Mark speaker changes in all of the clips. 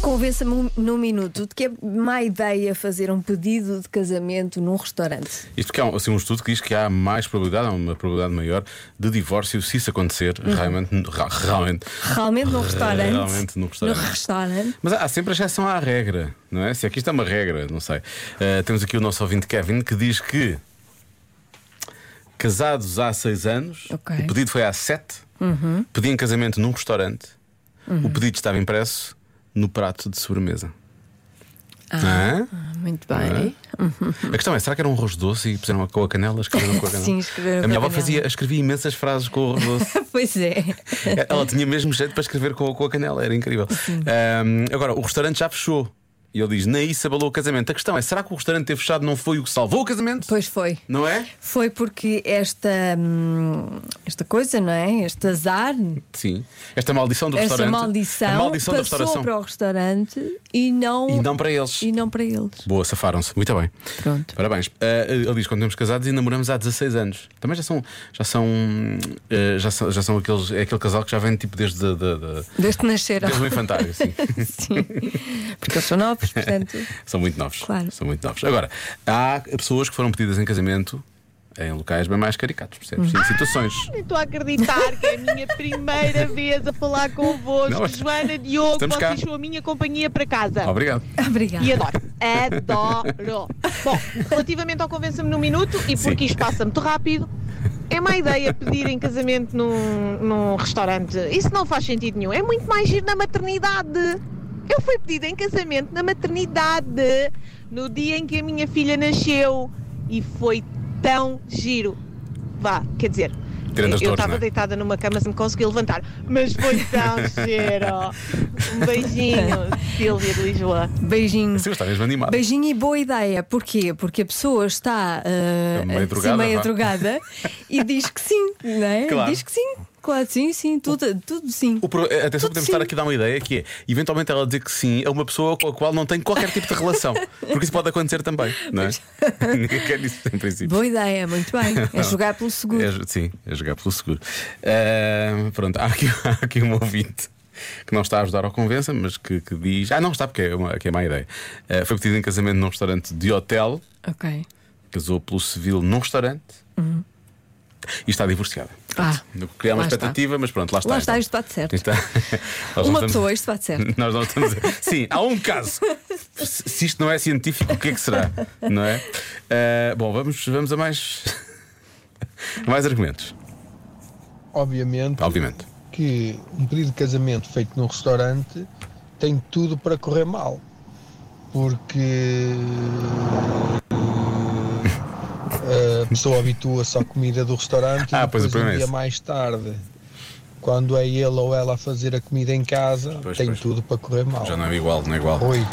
Speaker 1: Convença-me num minuto de que é má ideia fazer um pedido de casamento num restaurante.
Speaker 2: Isto que é um, assim, um estudo que diz que há mais probabilidade, há uma probabilidade maior de divórcio se isso acontecer
Speaker 1: Uhum.
Speaker 2: realmente, ra- realmente,
Speaker 1: Realmente num restaurante.
Speaker 2: É, Realmente num restaurante.
Speaker 1: No restaurante.
Speaker 2: Mas há sempre exceção à regra, não é? Se aqui está uma regra, não sei. Eh, temos aqui o nosso ouvinte Kevin que diz que casados há seis anos,
Speaker 1: Ok. Uhum.
Speaker 2: o pedido foi há sete, pedi em casamento num restaurante, o pedido estava impresso no prato de sobremesa. Hã?
Speaker 1: Ah, Muito bem.
Speaker 2: A questão é, será que era um arroz doce e puseram com a canela? Escreveram com a canela?
Speaker 1: Sim, escreveram
Speaker 2: A minha
Speaker 1: com a
Speaker 2: avó fazia, escrevia imensas frases com o arroz doce.
Speaker 1: Pois é.
Speaker 2: Ela tinha mesmo jeito para escrever com, com a canela, era incrível. Ahm, agora, o restaurante já fechou. E ele diz: Nem isso abalou o casamento. A questão é: será que o restaurante ter fechado não foi o que salvou o casamento?
Speaker 1: Pois foi.
Speaker 2: Não é?
Speaker 1: Foi porque esta, hum, esta coisa, não é? Este azar,
Speaker 2: Sim. Esta maldição do
Speaker 1: esta
Speaker 2: restaurante.
Speaker 1: maldição,
Speaker 2: a maldição da
Speaker 1: passou
Speaker 2: restauração.
Speaker 1: para o restaurante e não,
Speaker 2: E não para eles.
Speaker 1: e não para eles.
Speaker 2: Boa, safaram-se. Muito bem.
Speaker 1: Pronto.
Speaker 2: Parabéns. Ah, ele diz: quando temos casados e namoramos há 16 anos. Também já são. Já são. ah, já são, já são aqueles, é aquele casal que já vem tipo desde, de, de- de-
Speaker 1: Desde que nasceram.
Speaker 2: desde o infantário, sim.
Speaker 1: Sim. Porque eles são novos, portanto.
Speaker 2: São muito novos.
Speaker 1: Claro.
Speaker 2: São muito novos. Agora, há pessoas que foram pedidas em casamento em locais bem mais caricatos, percebes? Em situações.
Speaker 3: Nem estou a acreditar que é a minha primeira vez a falar convosco.
Speaker 2: Não, mas-
Speaker 3: Joana, Diogo,
Speaker 2: estamos
Speaker 3: vocês
Speaker 2: cá.
Speaker 3: são a minha companhia para casa.
Speaker 2: Obrigado.
Speaker 1: Obrigada.
Speaker 3: E adoro. Adoro. Bom, relativamente ao Convença-me num Minuto, e porque isto passa muito rápido, é má ideia pedir em casamento num, num restaurante. Isso não faz sentido nenhum. É muito mais giro na maternidade. Eu fui pedida em casamento na maternidade, no dia em que a minha filha nasceu. E foi tão giro. Vá, quer dizer.
Speaker 2: Tirando as
Speaker 3: eu
Speaker 2: dores,
Speaker 3: estava
Speaker 2: não é?
Speaker 3: deitada numa cama se me consegui levantar. Mas foi tão giro. Um beijinho, Silvia de Lisboa.
Speaker 1: Beijinho.
Speaker 2: Sim, está mesmo animado.
Speaker 1: Beijinho e boa ideia. Porquê? Porque a pessoa está ah,
Speaker 2: É meio
Speaker 1: assim,
Speaker 2: drogada,
Speaker 1: meio
Speaker 2: vá.
Speaker 1: drogada e diz que sim, não é?
Speaker 2: Claro.
Speaker 1: Diz que sim, claro, sim, sim, tudo, tudo sim.
Speaker 2: O pro- eh, Atenção,
Speaker 1: Tudo
Speaker 2: podemos
Speaker 1: sim.
Speaker 2: estar aqui a dar uma ideia que é, eventualmente ela dizer que sim é uma pessoa com a qual não tem qualquer tipo de relação. Porque isso pode acontecer também, não é? Ninguém quer isso em princípio.
Speaker 1: Boa ideia, muito bem. É jogar pelo seguro.
Speaker 2: É, sim, é jogar pelo seguro. Ah, pronto, há aqui, há aqui um ouvinte que não está a ajudar ao convença, mas que, que diz. Ah, não está, porque é, uma, que é má ideia. Ah, foi pedido em casamento num restaurante de hotel,
Speaker 1: Ok.
Speaker 2: casou pelo civil num restaurante e está divorciada.
Speaker 1: Uhum. Ah,
Speaker 2: Criar uma
Speaker 1: lá está.
Speaker 2: expectativa, mas pronto, lá está.
Speaker 1: Lá está,
Speaker 2: então.
Speaker 1: isto bate certo.
Speaker 2: Então, nós
Speaker 1: Uma
Speaker 2: não estamos-
Speaker 1: pessoa, isto bate certo.
Speaker 2: Nós não estamos. Sim, há um caso. Se se isto não é científico, o que é que será? Não é? Ah, bom, vamos, vamos a mais. a mais argumentos,
Speaker 4: Obviamente
Speaker 2: obviamente.
Speaker 4: que um pedido de casamento feito num restaurante tem tudo para correr mal. Porque eh, a pessoa habitua-se à comida do restaurante
Speaker 2: Ah,
Speaker 4: e
Speaker 2: pois, o
Speaker 4: depois
Speaker 2: problema
Speaker 4: um
Speaker 2: é
Speaker 4: dia
Speaker 2: esse.
Speaker 4: mais tarde, quando é ele ou ela a fazer a comida em casa,
Speaker 2: Pois,
Speaker 4: tem
Speaker 2: pois.
Speaker 4: tudo para correr mal.
Speaker 2: Já não é igual, não é igual.
Speaker 4: Oi,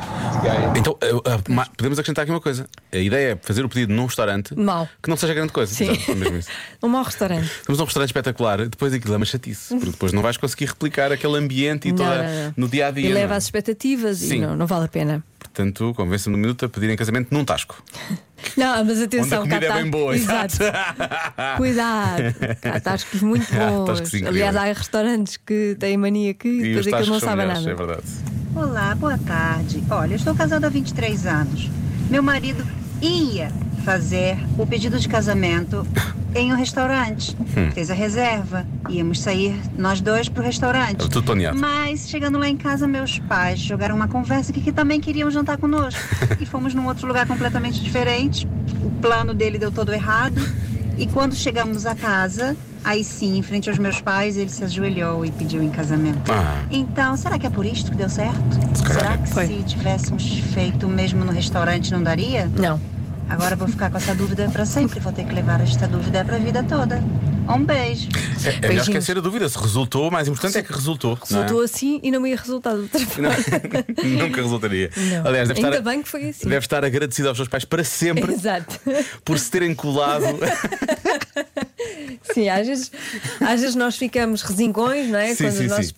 Speaker 4: gaia.
Speaker 2: Então, ah, ah, ma- podemos acrescentar aqui uma coisa. A ideia é fazer o pedido num restaurante
Speaker 1: Mau.
Speaker 2: que não seja grande coisa.
Speaker 1: Sim.
Speaker 2: Exato, é mesmo isso.
Speaker 1: Um mau restaurante.
Speaker 2: Estamos num restaurante espetacular, depois aquilo é uma chatice, porque depois não vais conseguir replicar aquele ambiente e
Speaker 1: Não, não,
Speaker 2: toda
Speaker 1: não.
Speaker 2: no dia a dia. é?
Speaker 1: E eh, leva às expectativas
Speaker 2: Sim.
Speaker 1: e não, não vale a pena.
Speaker 2: Portanto, convence-me no minuto a pedir em casamento num tasco.
Speaker 1: Não, mas
Speaker 2: Onde a
Speaker 1: atenção, cá
Speaker 2: comida
Speaker 1: está.
Speaker 2: é bem boa,
Speaker 1: Exato. Cuidado, há tascos muito
Speaker 2: Há
Speaker 1: bons.
Speaker 2: tascos incríveis.
Speaker 1: Aliás, há restaurantes que têm mania que
Speaker 2: E
Speaker 1: depois
Speaker 2: os
Speaker 1: é que
Speaker 2: tascos
Speaker 1: não
Speaker 2: são
Speaker 1: sabem
Speaker 2: melhores,
Speaker 1: nada.
Speaker 2: é verdade.
Speaker 5: Olá, boa tarde. Olha, eu estou casada há 23 anos. Meu marido ia fazer o pedido de casamento em um restaurante. Fez a reserva. Íamos sair nós dois pro restaurante.
Speaker 2: Estava É tudo planeado.
Speaker 5: Mas chegando lá em casa, meus pais jogaram uma conversa que, que também queriam jantar conosco. e fomos num outro lugar completamente diferente. O plano dele deu todo errado. E quando chegamos a casa, aí sim, em frente aos meus pais, ele se ajoelhou e pediu em casamento.
Speaker 2: Ah.
Speaker 5: Então, será que é por isto que deu certo?
Speaker 2: calhar
Speaker 5: Será
Speaker 2: é.
Speaker 5: que
Speaker 1: Foi.
Speaker 5: se tivéssemos feito mesmo no restaurante não daria?
Speaker 1: Não.
Speaker 5: Agora vou ficar com essa dúvida para sempre. Vou ter que levar esta dúvida para a vida toda. Um beijo.
Speaker 2: É, é melhor
Speaker 1: Beijinhos.
Speaker 2: esquecer a dúvida. Se resultou, o mais importante é que resultou. não é?
Speaker 1: Resultou assim e não ia resultar de outra forma.
Speaker 2: Nunca resultaria.
Speaker 1: Não.
Speaker 2: Aliás, deve
Speaker 1: Ainda
Speaker 2: estar,
Speaker 1: bem que foi assim.
Speaker 2: deve estar agradecido aos seus pais para sempre
Speaker 1: Exato.
Speaker 2: por se terem colado.
Speaker 1: Sim, às vezes, às vezes nós ficamos resingões, não é?
Speaker 2: Sim,
Speaker 1: Quando
Speaker 2: sim,
Speaker 1: os nossos
Speaker 2: sim.